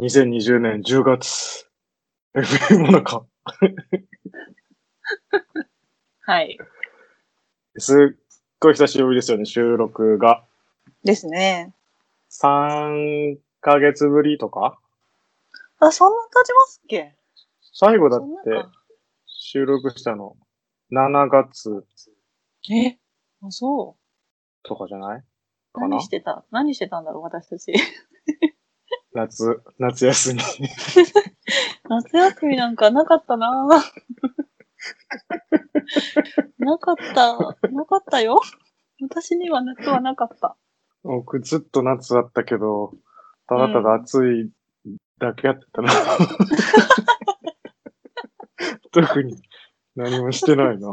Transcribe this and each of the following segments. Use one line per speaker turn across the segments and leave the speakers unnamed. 2020年10月、FM もなか、
はい。
すっごい久しぶりですよね、収録が。
ですね。
3ヶ月ぶりとか
あ、そんな経ちますっけ
最後だっ
そんな
て
か
収録したの、7月
えあそ。
とかじゃないうかな
何してた何してたんだろう私 たち。
夏、夏休み。
夏休みなんかなかったなぁ なかった。なかったよ。私には夏はなかった。
僕ずっと夏だったけど、ただただ暑いだけやってたな。特に何もしてないな。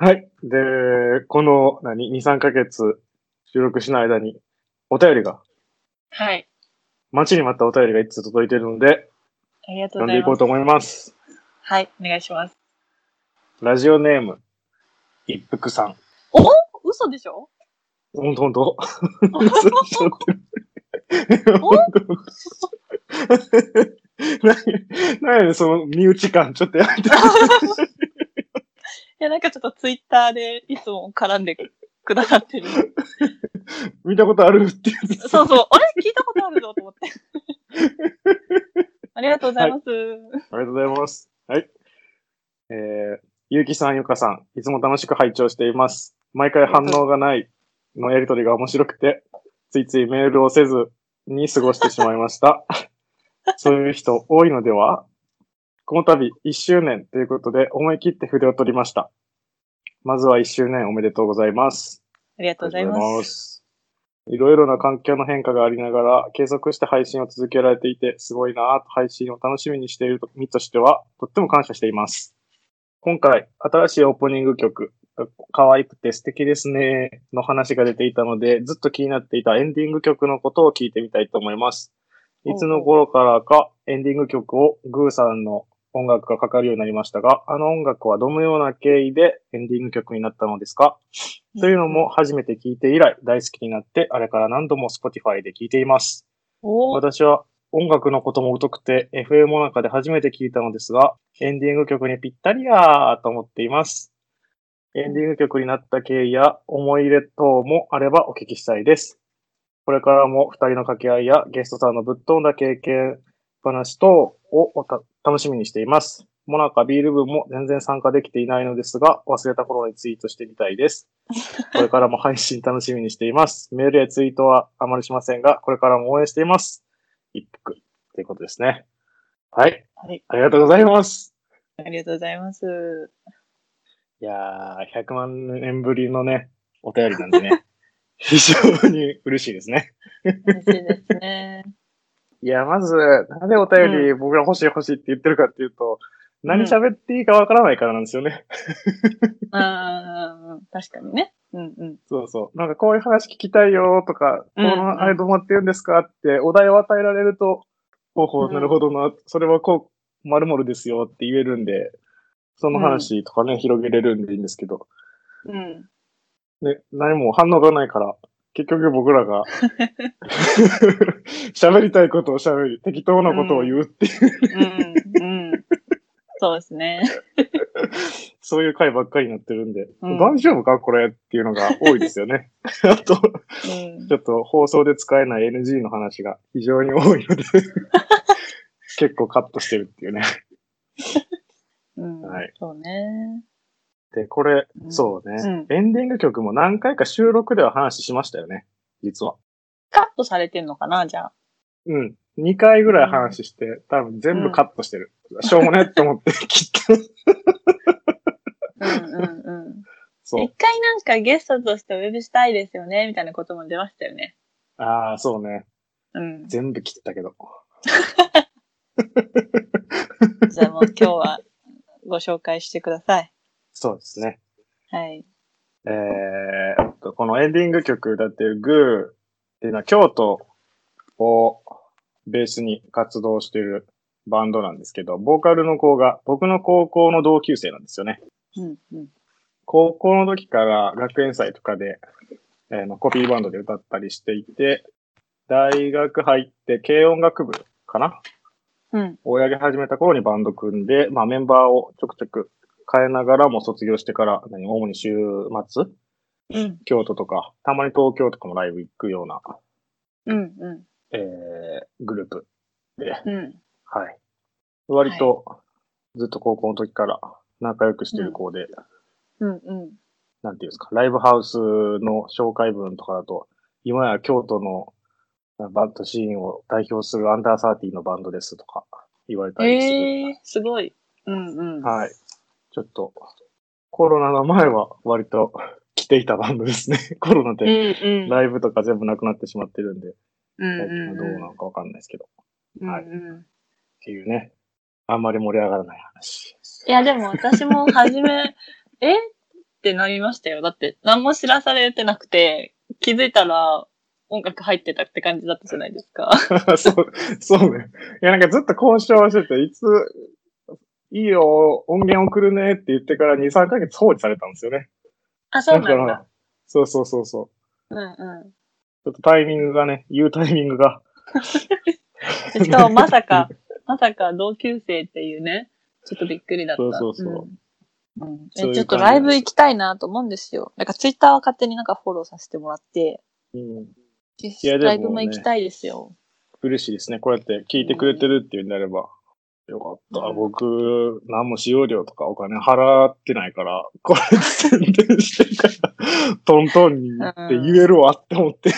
はい。で、この何、2、3ヶ月収録しない間にお便りが、
はい。
待ちに待ったお便りが一通届いているので、
ありがとう
読
ご
ん
ざ
でい
い
こ
ま
う
す。
と思います。
はい。お願いします。
ラジオネーム、一服さん。
嘘でしょ
ほんとほんと。
お
何やねんその身内感、ちょっとやめて。
いや、なんかちょっとツイッターでいつも絡んでくださってる。
見たことあるっていうやつ。
そう そう。あれ聞いたことあるぞと思って。 ありがとうございます。
ありがとうございます。はい。えー、ゆうきさん、ゆかさん、いつも楽しく拝聴しています。毎回反応がないのやりとりが面白くて、ついついメールをせずに過ごしてしまいました。 そういう人多いのではこの度1周年ということで思い切って筆を取りました。まずは1周年おめでとうございます。
ありがとうございます。
す。いろいろな環境の変化がありながら、継続して配信を続けられていて、すごいなぁと配信を楽しみにしている身としては、とっても感謝しています。今回、新しいオープニング曲、可愛くて素敵ですね、の話が出ていたので、ずっと気になっていたエンディング曲のことを聞いてみたいと思います。いつの頃からか、エンディング曲をグーさんの音楽がかかるようになりましたが、あの音楽はどのような経緯でエンディング曲になったのですかというのも初めて聞いて以来大好きになって、あれから何度も Spotify で聞いています。
おー
私は音楽のことも疎くて FM の中で初めて聞いたのですが、エンディング曲にぴったりやーと思っています。エンディング曲になった経緯や思い入れ等もあればお聞きしたいです。これからも二人の掛け合いやゲストさんのぶっ飛んだ経験話等をおた楽しみにしています。モナカビール部も全然参加できていないのですが、忘れた頃にツイートしてみたいです。これからも配信楽しみにしています。メールやツイートはあまりしませんが、これからも応援しています。一服ということですね。はい。
はい
ありがとうございます。
ありがとうございます。
いやー、100万年ぶりのね、お便りなんで ね。非常に嬉しいですね。
嬉しいですね。
いや、まず、なんでお便り僕が欲しい欲しいって言ってるかっていうと、
ん
何喋っていいかわからないからなんですよね。
うん、確かにね。うんうん。
そうそう。なんかこういう話聞きたいよとか、
うんうん
このあれどうなってるんですかってお題を与えられると、ほうほう、
うん
なるほどな、それはこう、まるですよって言えるんで、その話とかね、広げれるんでいいんですけど、
うん。
ね、何も反応がないから、結局僕ら が、喋りたいことを喋り、適当なことを言うっていう、
うん。うん。そうですね。
そういう回ばっかりになってるんで、
うん
大丈夫かこれっていうのが多いですよ ね。あと、ち
うん。
ょっと放送で使えない NG の話が非常に多い ので、結構カットしてるっていうね。
うん
はい。
そうね。
で、これ、
うん
そうね
うん、
エンディング曲も何回か収録では話しましたよね、実は。
カットされてんのかなじゃあ。
うん。2回ぐらい話して、多分全部カットしてる。しょうもねって思って切った。
うんうんうん。
そ
一
う。
回なんかゲストとしてお呼びしたいですよねみたいなことも出ましたよね。
ああ、そうね。
うん。じ
全部切ったけど。
ゃあもう今日はご紹介してください。
そうですね。
はい。
えーっと、このエンディング曲だってるグーっていうのは京都をベースに活動してるバンドなんですけど、ボーカルの子が僕の高校の同級生なんですよね。
うんうん。
高校の時から学園祭とかで、えーのコピーバンドで歌ったりしていて、大学入って、軽音楽部かな
うん。
をやり始めた頃にバンド組んで、まあメンバーをちょくちょく変えながらも卒業してから、何主に週末
うん。
京都とか、たまに東京とかもライブ行くような、
うん。う
えー、グループで、
ん。うん。
はい。割と、ずっと高校の時から仲良くしてる子で、
うん。うん。
なんていうんですか、ライブハウスの紹介文とかだと、今や京都のバンドシーンを代表するアンダーサーティーのバンドですとか言われたりする。
ええすごい。うんうん。
はい。ちょっと、コロナの前は割と来ていたバンドですね。コロナ
うん
で
うん。
ライブとか全部なくなってしまってるんで、
うん
最近
う
は
ん
どうなのかわかんないですけど。っ
うん
はい
うん
ていうね。あんまり盛り上がらない話 です。
いや、でも私も初め、 えってなりましたよ。だって、何も知らされてなくて、気づいたら音楽入ってたって感じだったじゃないですか。
そう、そうね。いや、なんかずっと交渉してて、いつ、いいよ、音源送るねって言ってから2、3ヶ月放置されたんですよね。
あ、そうな
だ
ん
か
だ
ら。そうそうそうそう。
うんう
ちょっとタイミングがね、言うタイミングが。
ん。 しかもまさか、まさか同級生っていうね、ちょっとびっくりだった。
そうそうそう
うん。うん
そうい
え
う
ちょっと
感じ
ライブ行きたいなと思うんですよ。なんかツイッターは勝手になんかフォローさせてもらって、
うん。やでもね
ライブも行きたいですよ。
嬉しいですね。こうやって聞いてくれてるっていうんであれば。よかった。
うん
僕、何も使用料とかお金払ってないから、これ宣伝してから、トントンにって言えるわって思って。
い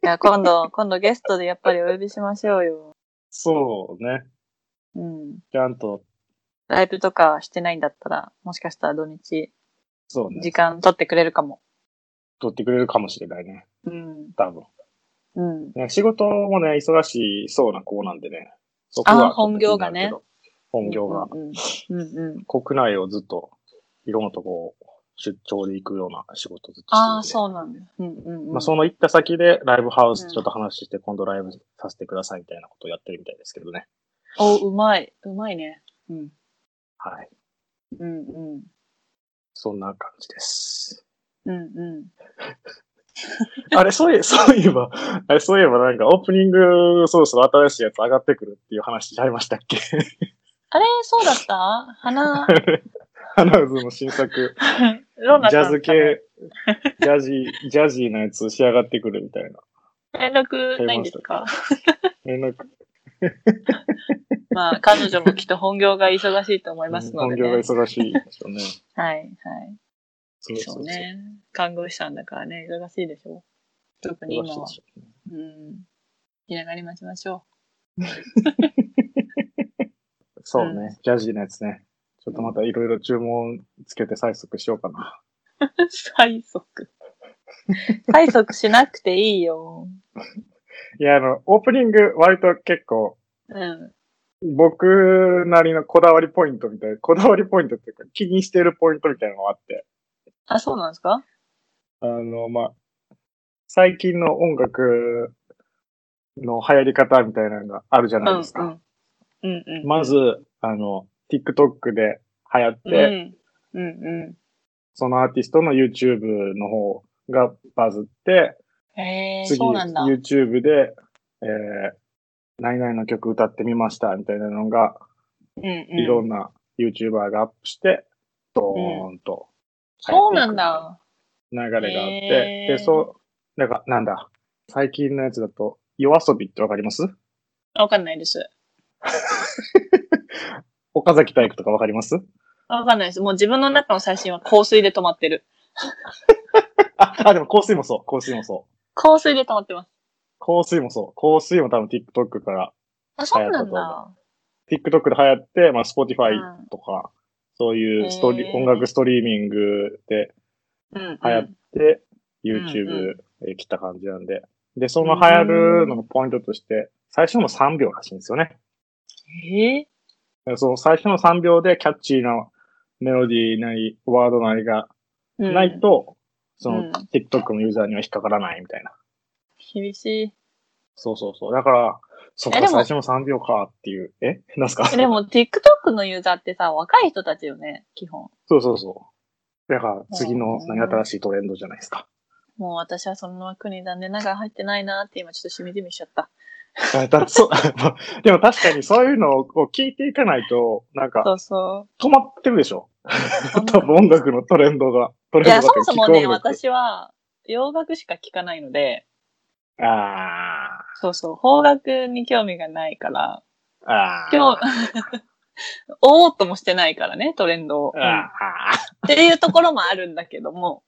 や、今度、今度ゲストでやっぱりお呼びしましょうよ。
そうね。
うん。
ちゃんと、
ライブとかしてないんだったら、もしかしたら土日、
そうね
時。間取ってくれるかも。
取ってくれるかもしれないね。
うん。
多分。
うん。
ね仕事もね、忙しそうな子なんでね。そ
あ
ち
ー
ょっと
本業がね
気になるけど。本業が。
うんうん。うんうん。
国内をずっと、いろんなとこ出張で行くような仕事ずっとしてるんで。
ああ、そうなんだ。うんうんうん。
まあ、その行った先でライブハウス
うん
ちょっと話して、今度ライブさせてくださいみたいなことをやってるみたいですけどね。
お、うまい。うまいね。うん。
はい。
うんうん。
そんな感じです。
うんうん。
あれ、そういえ、そういえば、 あれ、そういえばなんかオープニングそろそろ新しいやつ上がってくるっていう話しちゃいましたっけ
あれ、そうだった 花、
アナウンスの新作、
ローナ
ジ
さん
ャズ系、ジャジー、ジャジーなやつ仕上がってくるみたいな。
連絡ないんですか
連絡、
まあ、彼女もきっと本業が忙しいと思いますの
本
で、
業が
ね。
忙しいですよね。
はい、はい。
そう
そう。ね。看護師さんだからね、忙しいでしょ。特に
忙
今は。
しいですよね
うん。気長に待ちましょ
そうね、ジャジーなやつね。ちょっとまたいろいろ注文つけて催促しようかな。
う。 催促。催促しなくていいよ。
いや、あの、オープニング、割と結構、
うん。
僕なりのこだわりポイントみたいな、こだわりポイントっていうか、気にしてるポイントみたいなのがあって、
あ、そうなんですか
あの、まあ、最近の音楽の流行り方みたいなのがあるじゃないですか。
うんうん。うんうん。
まず、あの、TikTok で流行って、
うん。うん
そのアーティストの YouTube の方がバズって、
うん。へえ、
次、
そうなんだ。
YouTube で、えー、何々の曲歌ってみました、みたいなのがいろ
ん
んな YouTuber がアップして、ドーンと
そうなんだ。
流れがあって、
へー
で、そう、なんか、なんだ、最近のやつだと、夜遊びってわかります
わかんないです。
岡崎体育とかわかります
わかんないです。もう自分の中の最新は香水で止まってる。
あ、あ、でも香水もそう、香水もそう。
香水で止まってます。
香水もそう。香水も多分 TikTok から、
あ、そうなんだ。
TikTok で流行って、まあ Spotify
うん
とか、そういうストリ、
へー
音楽ストリーミングで
うんうん。
流行って、YouTube で来た感じなんで。で、その流行るののポイントとして、最初の3秒らしいんですよね。
え
でその最初の3秒でキャッチーなメロディーなり、ワードなりが
ー
ない。と、そ
うん
の TikTok のユーザーには引っかからないみたいな。
うん厳しい。
そうそうそう。だから、そっか、
えで
最
も
初の3秒かっていう。え なんすか
えでも TikTok のユーザーってさ、若い人たちよね、基本。
そうそうそう。だから、次の
うん
何新しいトレンドじゃないですか。
もう私はその枠に残念ながら入ってないなって今ちょっとしみじみしちゃった。
あだそう でも確かにそういうのをこう聞いていかないと、なんか
そうそ
止まってるでしょ
う。
多分音楽のトレンドが。トレン
い
ドが
や、そもそもね、
聞く音楽。
私は洋楽しか聴かないので、
あ
そうそう、邦楽に興味がないから、
あ。ああ。
今日、追おうともしてないからね、トレンドを。うん
ああ。
っていうところもあるんだけども、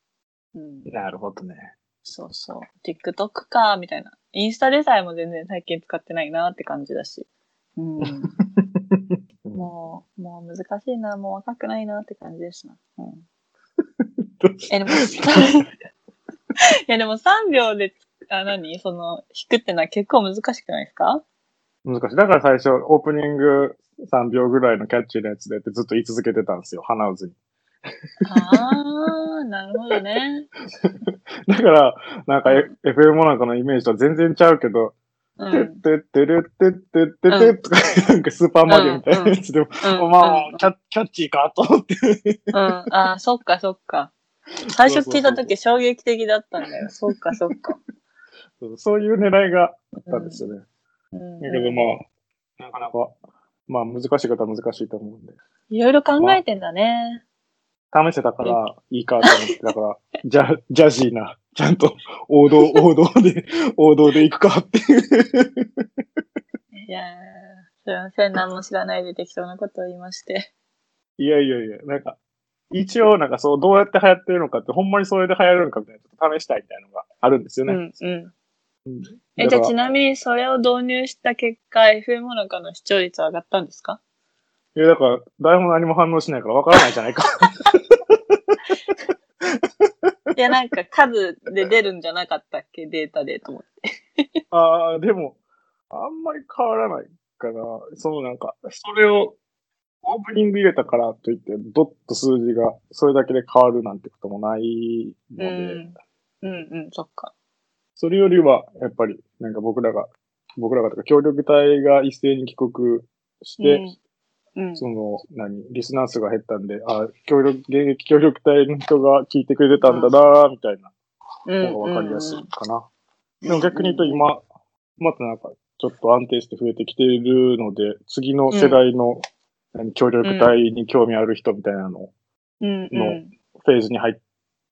うん、
なるほどね。
そうそう。TikTok か、みたいな。インスタでさえも全然最近使ってないなって感じだし。 うん。もう、もう難しいな、もう若くないなって感じですな。うん。え、でも、 いやでも3秒で、あ、何その、弾くってのは結構難しくないですか
難しい。だから最初、オープニング3秒ぐらいのキャッチーなやつでってずっと言い続けてたんですよ、鼻うずに。
あー、なるほどね。
だから、なんか、F- FM モナカのイメージとは全然ちゃうけど、
う
てっ
ん。
てってるってってっててとか、なんかスーパーマリオみたいなやつでも、
うん、
まあ、キャキャッチーかと思って。
うん、あー、そっかそっか。最初聞いたとき衝撃的だったんだよ。そっかそっか。
そういう狙いがあった
うん
ですよね。
ん
だけどまあ、なかなか、まあ難しい方は難しいと思うんで。
いろいろ考えてんだね。
試せたからいいかと思って、だから、ジャ、ジャジーな、ちゃんと王道、王道で、王道で行くかっていう。
いやー、すいません。何も知らないで適当なことを言いまして。
いやいやいや、なんか、一応なんかそう、どうやって流行ってるのかって、ほんまにそれで流行るのかみたいな、ちょっと試したいみたいなのがあるんですよ
う
ね。
ん、うん。
うんだ
え、じゃあ
から
ちなみにそれを導入した結果、FM モナカの視聴率は上がったんで すか
いや、だから、台本何も反応しないからわからないじゃないか。
いや、なんか数で出るんじゃなかったっけデータでと思って。
ああ、でも、あんまり変わらないかな。そのなんか、それをオープニング入れたからといって、どっと数字がそれだけで変わるなんてこともないので、
うん。うん、うん、そっか。
それよりは、やっぱり、なんか僕らが、僕らがとか、協力隊が一斉に帰国して、
うん、うん。
その、何、リスナー数が減ったんで、あ協力、現役協力隊の人が聞いてくれてたんだなみたいな
うん。
のがわかりやすいかな。
うん。
でも逆に言うと今、またなんか、ちょっと安定して増えてきているので、次の世代の、何協力隊に興味ある人みたいなの、
うん、うん。
のフェーズに入っ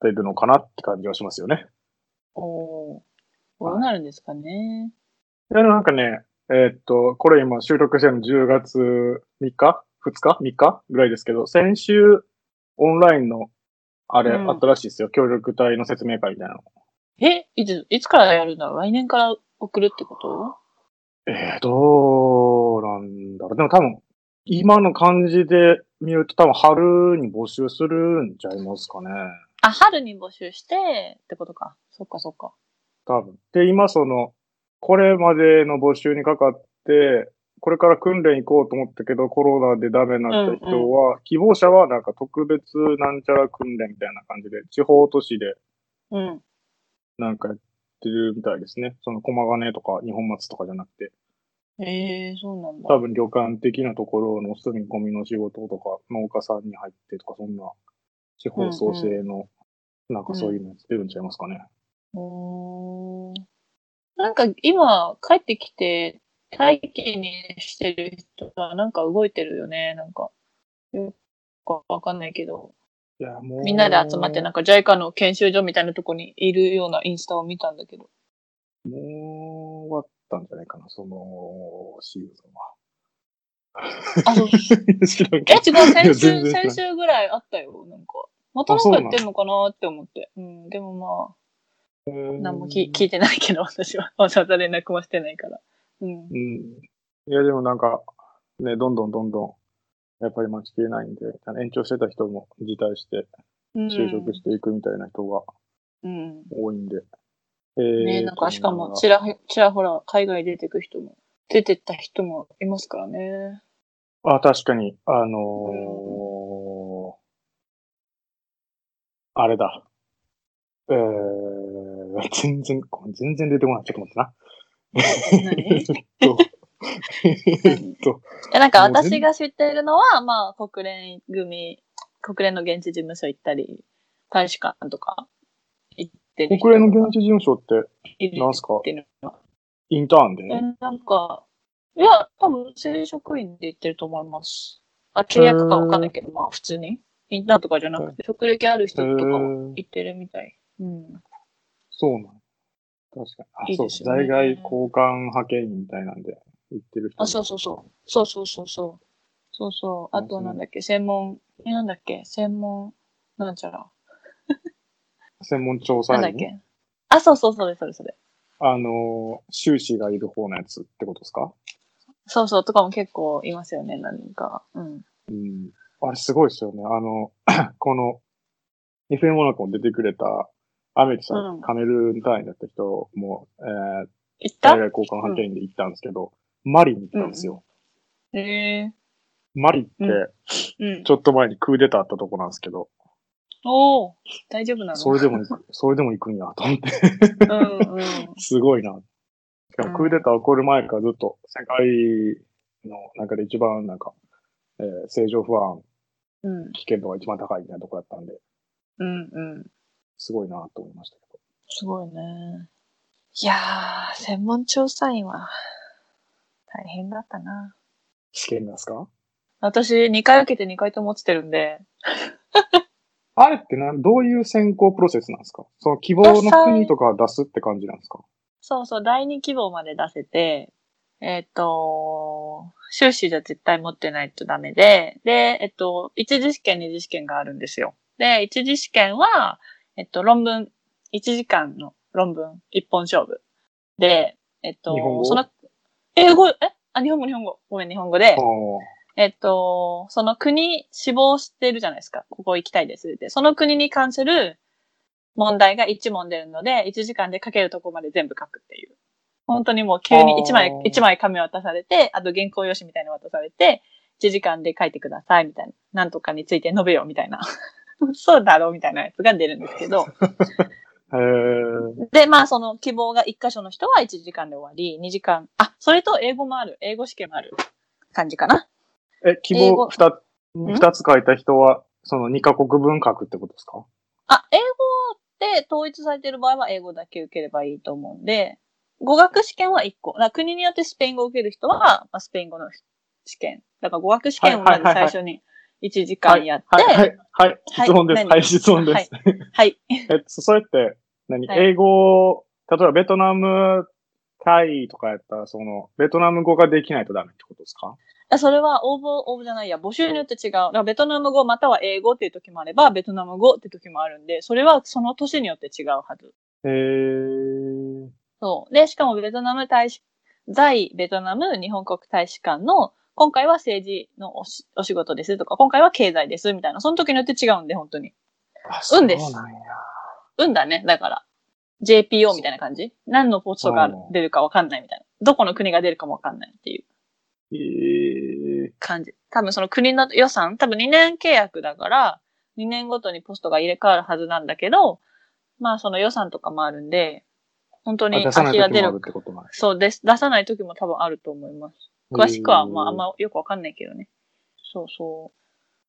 てるのかなって感じはしますよね。
おーどうなるんですかね。
いやでもなんかね、えーっと、これ今収録してるの10月3日 ?2 日 ?3 日ぐらいですけど、先週、オンラインの、あれ、
うん
あったらしいですよ。協力隊の説明会みたいなの。
え、いつ、いつからやるんだろう来年から送るってこと
えー、どうなんだろう。でも多分、今の感じで見ると多分春に募集するんちゃいますかね。
あ、春に募集してってことか。そっかそっか。
多分。で、今その、これまでの募集にかかって、これから訓練行こうと思ったけど、コロナでダメになった人は、希望者はなんか特別なんちゃら訓練みたいな感じで、地方都市で
うん。
なんかやってるみたいですね。その駒ヶ根とか二本松とかじゃなくて、
ええそうなんだ。
多分旅館的なところの住み込みの仕事とか、農家さんに入ってとか、そんな地方創生の、なんかそういうのやってるんちゃいますかね。
うーん。なんか今、帰ってきて、待機にしてる人はなんか動いてるよね。なんか。よくわかんないけど。
いや、もう。
みんなで集まって、なんか JICA の研修所みたいなとこにいるようなインスタを見たんだけ ど。
もう終わったんじゃないかな、そのシーズンは。
あ、そう。
知らん
え、
け
違
ど
う、
いや全然
先週、
知らん
先週ぐらいあったよ。なんか。またなんかやってんのかなって思って。うん、でもまあ。何もき聞いてないけど、私は。 わざわざ連絡もしてないから。うん
う。ん。いや、でもなんか、ね、どんどんどんどん、やっぱり待ちきれないんで、あの延長してた人も辞退して、就職していくみたいな人が
うん。
多いんで。
うん、
え
ね
ー
なんか、しかも、
と
ちらほ、ちらほら、海外出てく人も、出てった人もいますからね。
あ、確かに、あのーあれだ。えー、全然、ごめん全然出てこない。ちょっと待ってな。
何
えっと、
えなん
も
か、
う全
私が知っているのは、まあ、国連組、国連の現地事務所行ったり、大使館とか行っってる人
国連の現地事務所って
いる
何すか
っていうのは。
インターンで
え、なんか、いや、多分、正職員で言ってると思います。あ、契約かわかんないけど、まあ、普通に。インターンとかじゃなくて、職歴ある人とかも
へー
行ってるみたい。うん。
そうなの。確かに。あ、
いい
そう
ですよ
在
ね
外交換派遣員みたいなんで行ってる人。
あ、そうそうそう。そうそうそうそう。そうそう。あと、なんだっけ、専門、え、なんだっけ、専門、なんちゃら。
専門調査
なんだっ
員
け。あ、そうそう、それ、それ、それ。
あのー、修士がいる方のやつってことですか
そうそう、とかも結構いますよね、何人か。うん。
うん。あれすごいですよね。あの、 この、FM モナコに出てくれた、アメリさん、
うん
カメルーン単位だった人も、えー、
行った
海外交換派遣員で行ったんですけど、マリに行ったんですよ。
へえ
マリって、
うんうん
ち。ょっと前にクーデターあったとこなんですけど、
おお大丈夫なの
それでも行く、それでも行くんやと思って、
うんうん。
すごいな。しか
うん
もクーデター起こる前からずっと世界の中で一番なんか、えー政情不安、
うん
危険度が一番高いみたいなとこだったんで、
うんうん。
すごいなと思いましたけど。
すごいね。いやー、専門調査員は大変だったな。
試験なんですか
私、2回受けて2回とも落ちてるんで、
あれってな、どういう選考プロセスなんですかその希望の国とか出すって感じなんですか
そうそう、第2希望まで出せて、えっ、と、修士じゃ絶対持ってないとダメで、で、えっと、一次試験、二次試験があるんですよ。で、一次試験は、えっと、論文、1時間の論文、一本勝負。で、えっと、
日本語
その、英語、えあ、日本語、日本語。ごめん、日本語で
あ、あ
えっと、その国死亡してるじゃないですか。ここ行きたいですって。その国に関する問題が1問出るので、1時間で書けるとこまで全部書くっていう。本当にもう急に1枚
あー、
一枚紙渡されて、あと原稿用紙みたいなの渡されて、1時間で書いてくださいみたいな。なんとかについて述べようみたいな。 そうだろうみたいなやつが出るんですけど。
へえ。
で、まあ、その希望が1箇所の人は1時間で終わり、2時間、あ、それと英語もある。英語試験もある感じかな。
え、希
英
望
語
二つ、
ん
二つ書いた人は、その二カ国分書くってことですか
あ、英語で統一されてる場合は英語だけ受ければいいと思うんで、語学試験は1個。だから国によってスペイン語を受ける人は、まあ、スペイン語の試験。だから語学試験をまず
はいはい
最
はい
初に1時間やって、
はい、はい、はい、
はい
質問です。
何
はい、質問です。
はい。
え、そそれって何、
はい
英語、例えばベトナム、タイとかやったら、その、ベトナム語ができないとダメってことですか
それは応募、応募じゃないや、募集によって違う。だからベトナム語または英語っていう時もあれば、ベトナム語っていう時もあるんで、それはその年によって違うはず。
へえー。
そう。で、しかもベトナム大使、在ベトナム日本国大使館の、今回は政治のおしお仕事ですとか、今回は経済ですみたいな、その時によって違うんで、本当に。
あ、
うんです
そうなんや。
運だね、だから。JPO みたいな感じ何のポストがある
うん
出るかわかんないみたいな。どこの国が出るかもわかんないっていう
えー、
感じ。多分その国の予算、多分2年契約だから、2年ごとにポストが入れ替わるはずなんだけど、まあその予算とかもあるんで、本当
あ
に
出さない時
足が
も
出
ある
る
っ。てことなんです
そうです。出さない時も多分あると思います。詳しくは、まあ、あんまよくわかんないけどね。そうそ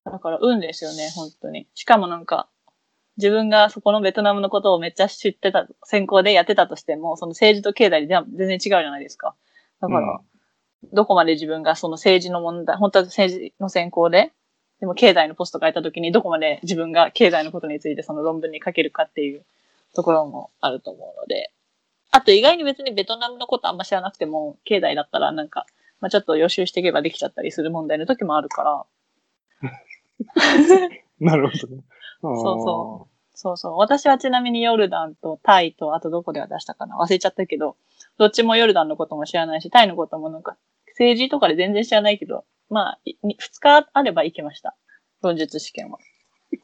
う。だから、運ですよね、本当に。しかもなんか、自分がそこのベトナムのことをめっちゃ知ってた、専攻でやってたとしても、その政治と経済で全然違うじゃないですか。だ
うん
から、どこまで自分がその政治の問題、本当は政治の専攻で、でも経済のポスト変えた時にどこまで自分が経済のことについてその論文に書けるかっていうところもあると思うので。あと意外に別にベトナムのことあんま知らなくても、経済だったらなんか、まあちょっと予習していけばできちゃったりする問題の時もあるから、
なるほどね。
そうそそうそう。私はちなみにヨルダンとタイと、あとどこでは出したかな忘れちゃったけど、どっちもヨルダンのことも知らないし、タイのこともなんか、政治とかで全然知らないけど、まあ、いに二日あれば行きました。論述試験は。
う。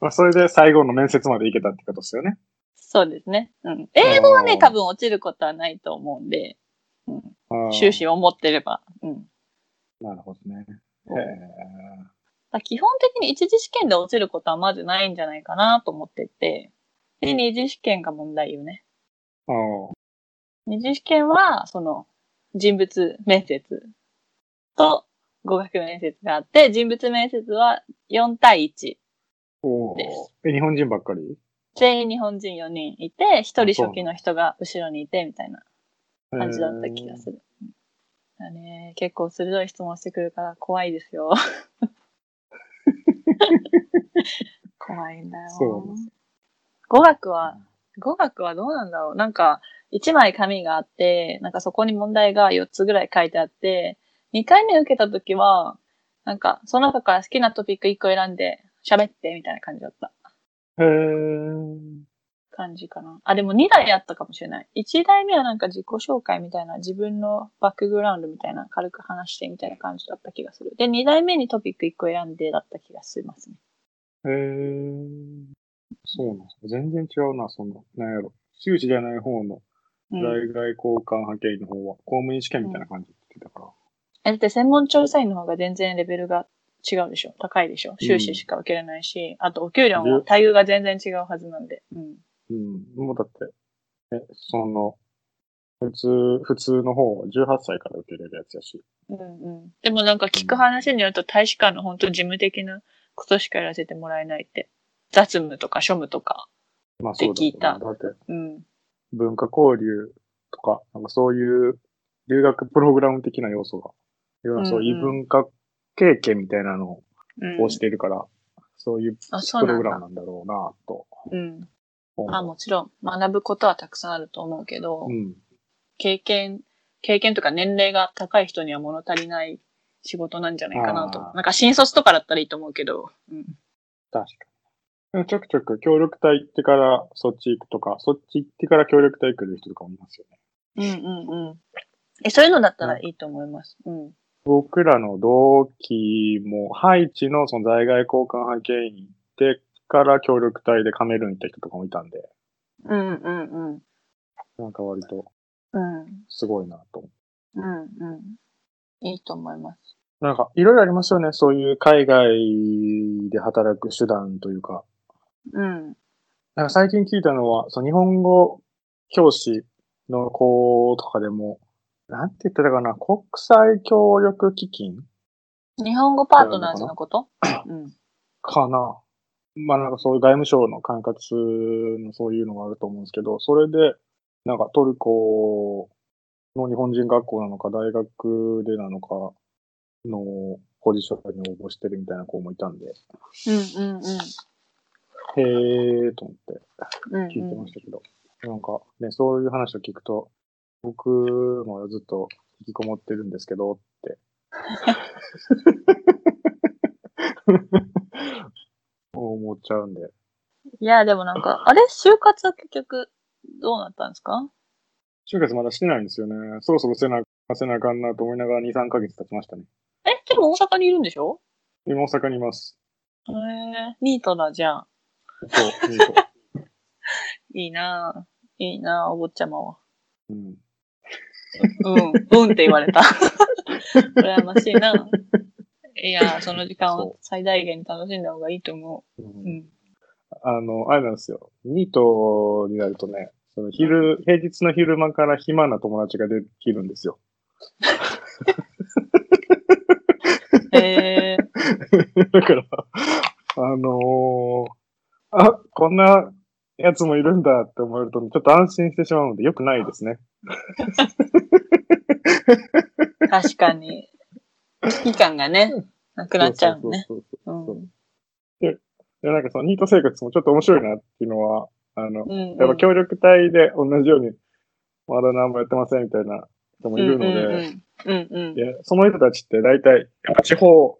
まあ、それで最後の面接まで行けたってことですよね。
そうですね。うん。英語は
あ
ね、
ー
多分落ちることはないと思うんで、うん。
うん
修士を持ってれば。うん。
なるほどね。へ
そうだか
え。
ら基本的に一次試験で落ちることはまずないんじゃないかなと思ってて、で、二次試験が問題よね。
ああ。
二次試験は、その、人物面接と語学面接があって、人物面接は4対1。
おお
です。
え、日本人ばっかり
全員日本人4人いて、1人初期の人が後ろにいて、みたいな感じだった気がする。うんだね。結構鋭い質問してくるから怖いですよ。怖いんだよ
そう。
語学は、語学はどうなんだろうなんか、1枚紙があって、なんかそこに問題が4つぐらい書いてあって、2回目受けた時は、なんか、その中から好きなトピック1個選んで、喋って、みたいな感じだった。
へー。
感じかな。あ、でも2台あったかもしれない。1台目はなんか自己紹介みたいな、自分のバックグラウンドみたいな、軽く話してみたいな感じだった気がする。で、2台目にトピック1個選んでだった気がしますね。
へー。そうなんですね全然違うな、その、なんやろ。修士じゃない方の
う
在
ん。
外交換派遣の方は、公務員試験みたいな感じって言ってたから。
えだって専門調査員の方が全然レベルが違うでしょ。高いでしょ。修士しか受けれないし、あとお給料も待遇が全然違うはずなんで。うん。
うん。もうだって、え、その、普通、普通の方は18歳から受けれるやつやし。
うんうん。でもなんか聞く話によると大使館の本当事務的なことしかやらせてもらえないって。雑務とか庶務とか。
まあそうだ、ね、
って聞いた
だって、
うん。
文化交流とか、なんかそういう留学プログラム的な要素が、要はそういう異文化経験みたいなのを
うん、
しているから、そういう
あ、そう
プ
な
ロ
ん
グラムな
だ。
んだろうな、と
うん。
思う。
あ、もちろん学ぶことはたくさんあると思うけど、
うん。
経験、経験とか年齢が高い人には物足りない仕事なんじゃないかなと。
あー
なんか新卒とかだったらいいと思うけど、うん。
確かに。でもちょくちょく協力隊行ってからそっち行くとか、そっち行ってから協力隊来る人とかもいますよね。
うんうんうん。え、そういうのだったらいいと思います。うん。
僕らの同期も、ハイチのその在外交換派遣に行ってから協力隊でカメルーン行った人とかもいたんで、
うんうんうん。
なんか割と
うん。
すごいなと思う
うんうん。いいと思います。
なんか、いろいろありますよね。そういう海外で働く手段というか。
うん。
なんか最近聞いたのは、その日本語教師の子とかでも、なんて言ってたかな、国際協力基金
日本語パートナーズのことうん。
かな。まあなんかそういう外務省の管轄のそういうのがあると思うんですけど、それで、なんかトルコの日本人学校なのか、大学でなのかのポジションに応募してるみたいな子もいたんで、
うんうんうん。
へーと思って。
うん
聞いて
う
ま
ん
し。たけど、なんかね、そういう話を聞くと、僕もずっと引きこもってるんですけど って。思っちゃうんで。
いや、でもなんか、あれ就活は結局、どうなったんですか
就活まだしてないんですよね。そろそろせな、せなあかんなと思いながら2、3ヶ月経ちましたね。
え、でも大阪にいるんでしょ
今大阪にいます。
へえニートだじゃん。
そう、ニート
いいなぁ。いいなぁ、お坊ちゃま は。
うん。
うん、うんって言われ た。羨ましいなぁ。いやぁ、その時間
そ
を最大限に楽しんだ方がいいと思
う
う。
ん
うん。
あの、あれなんですよ。ニートになるとね、その昼、平日の昼間から暇な友達ができるんですよ。
え ー、
だから、あのーあ、こんなやつもいるんだって思えると、ちょっと安心してしまうので、良くないですね。
確かに。危機感がね、なくなっちゃうのね。
そうそう
う。
うそうそうんいや、なんかそのニート生活もちょっと面白いなっていうのは、あの、
うん
やっぱ協力隊で同じように、まだ何もやってませんみたいな人もいるので、
うんうんうん。うんう
い
ん
やその人たちって大体、やっぱ地方、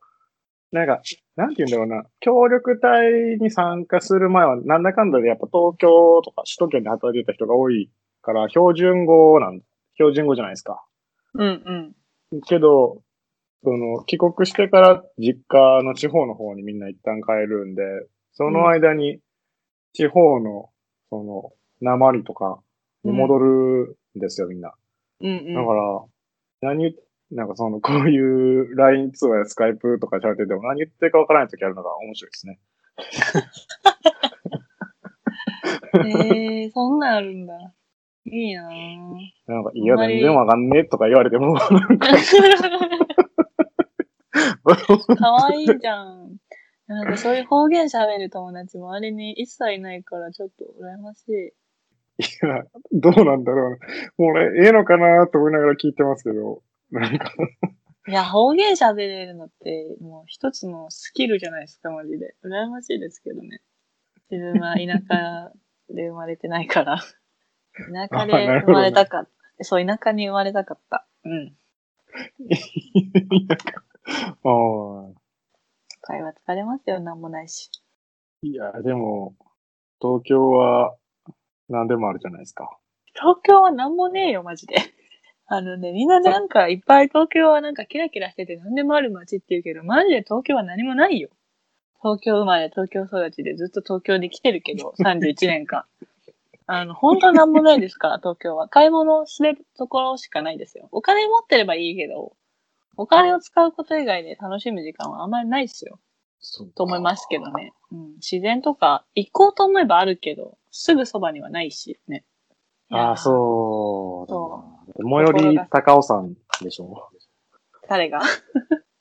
なんか、なんて言うんだろうな、協力隊に参加する前は、なんだかんだでやっぱ東京とか首都圏で働いてた人が多いから、標準語なん、標準語じゃないですか。
うんうん。
けど、その、帰国してから実家の地方の方にみんな一旦帰るんで、その間に地方の、その、鉛とかに戻るんですよ、みんな。
うんうん。
だから、何言っなんかその、こういう LINE 通話や Skype とか喋ってても何言ってるかわからないときあるのが面白いですね。
えー、そんなんあるんだ。いいなぁ。
なんか、いや、
あんまり
全然わかんねえとか言われても、 なんか、
かわいいじゃん。なんかそういう方言喋る友達もあれに一切いないからちょっと羨まし
い
い。
や、どうなんだろうな。もう俺、ええのかなと思いながら聞いてますけど、なんか、
いや、方言喋れるのってもう一つのスキルじゃないですか、マジで。羨ましいですけどね。自分は田舎で生まれてないから。田舎
あなるほど
で生
ね
まれたかった。そう、田舎に生まれたかった。うん。
ああ、
都会は疲れますよ、なんもないし。
いや、でも、東京は何でもあるじゃないですか。
東京はなんもねえよ、マジで。 あのね、みんななんかいっぱい東京はなんかキラキラしてて何でもある街って言うけど、マジで東京は何もないよ。東京生まれ、東京育ちでずっと東京に来てるけど、31年間。あの、本当なんもないですから、東京は。買い物するところしかないですよ。お金持ってればいいけど、お金を使うこと以外で楽しむ時間はあんまりないですよ。
そう
と思いますけどね。うん、自然とか、行こうと思えばあるけど、すぐそばにはないし、ね。
ああ、
う。
そうだ
そ
な。最寄り、高尾山でしょ。
誰が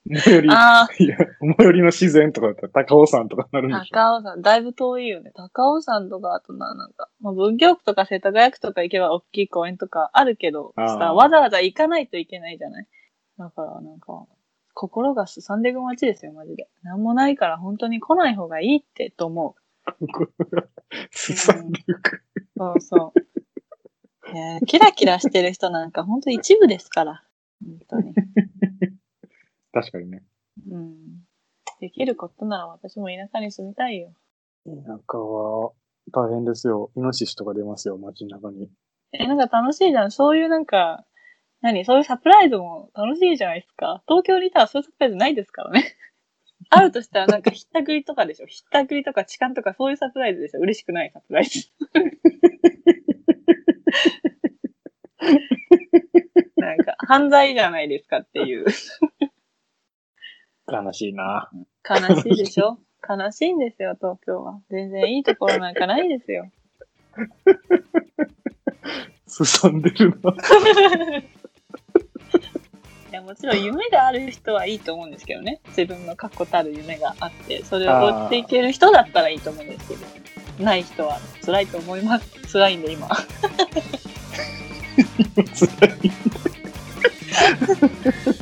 最寄り、
あ
いや、最寄りの自然とかだったら高尾山とかになるん
あ、
でしょ。
高尾山、だいぶ遠いよね。高尾山とか、あとな、なんか、まあ、文京区とか世田谷区とか行けば大きい公園とかあるけど、
あー
さ、わざわざ行かないといけないじゃないだから、なんか、心がすさんでいく街ですよ、マジで。なんもないから本当に来ない方がいいって、と思う。
すさんでいく。
そうそう。 ねえキラキラしてる人なんか本当一部ですから。本当に。
確かにね。
うん。できることなら私も田舎に住みたいよ。
田舎は大変ですよ。イノシシとか出ますよ、街の中に。
え、なんか楽しいじゃん。そういうなんか、何そういうサプライズも楽しいじゃないですか。東京にいたらそういうサプライズないですからね。 あるとしたらなんかひったくりとかでしょ。ひったくりとか痴漢とかそういうサプライズでしょ。嬉しくないサプライズ。なんか犯罪じゃないですかっていう。
悲しいな。
悲しいでしょ。悲しいんですよ、東京は。全然いいところなんかないですよ。
すさんでるな。
いやもちろん夢がある人はいいと思うんですけどね自分の確固たる夢があってそれを追っていける人だったらいいと思うんですけどない人は辛いと思います辛いんで今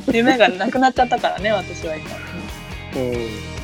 夢がなくなっちゃったからね私は今
うん